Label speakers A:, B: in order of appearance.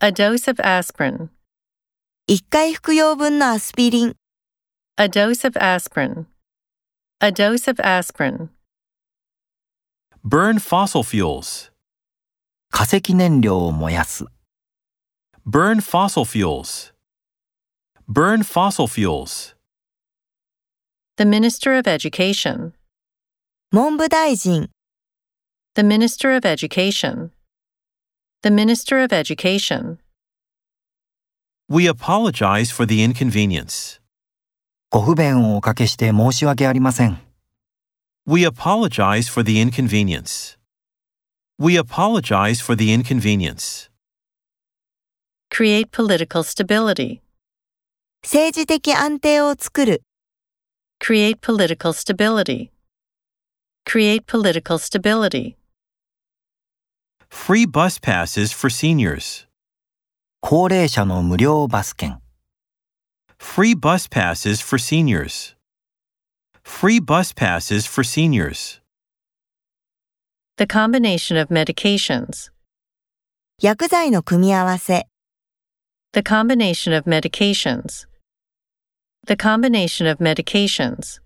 A: A dose of aspirin.
B: 1回服用分のアスピリン、
A: A dose of aspirin. A dose of aspirin.
C: Burn fossil fuels.
D: 化石燃料を燃やす
C: Burn fossil fuels. Burn fossil fuels.
A: The Minister of Education.
B: 文部大臣、
A: The Minister of Education. The Minister of Education.
C: We apologize for the inconvenience.
D: ご不便をおかけして申し訳ありません
C: We apologize for the inconvenience. We apologize for the inconvenience.
A: Create political stability.
B: 政治的安定を作る、
A: Create political stability. Create political stability.
C: Free bus passes for seniors.
D: 高齢者の無料バス券
C: Free bus passes for seniors. Free bus passes for seniors.
A: The combination of medications.
B: 薬剤の組み合わせ、
A: The combination of medications. The combination of medications.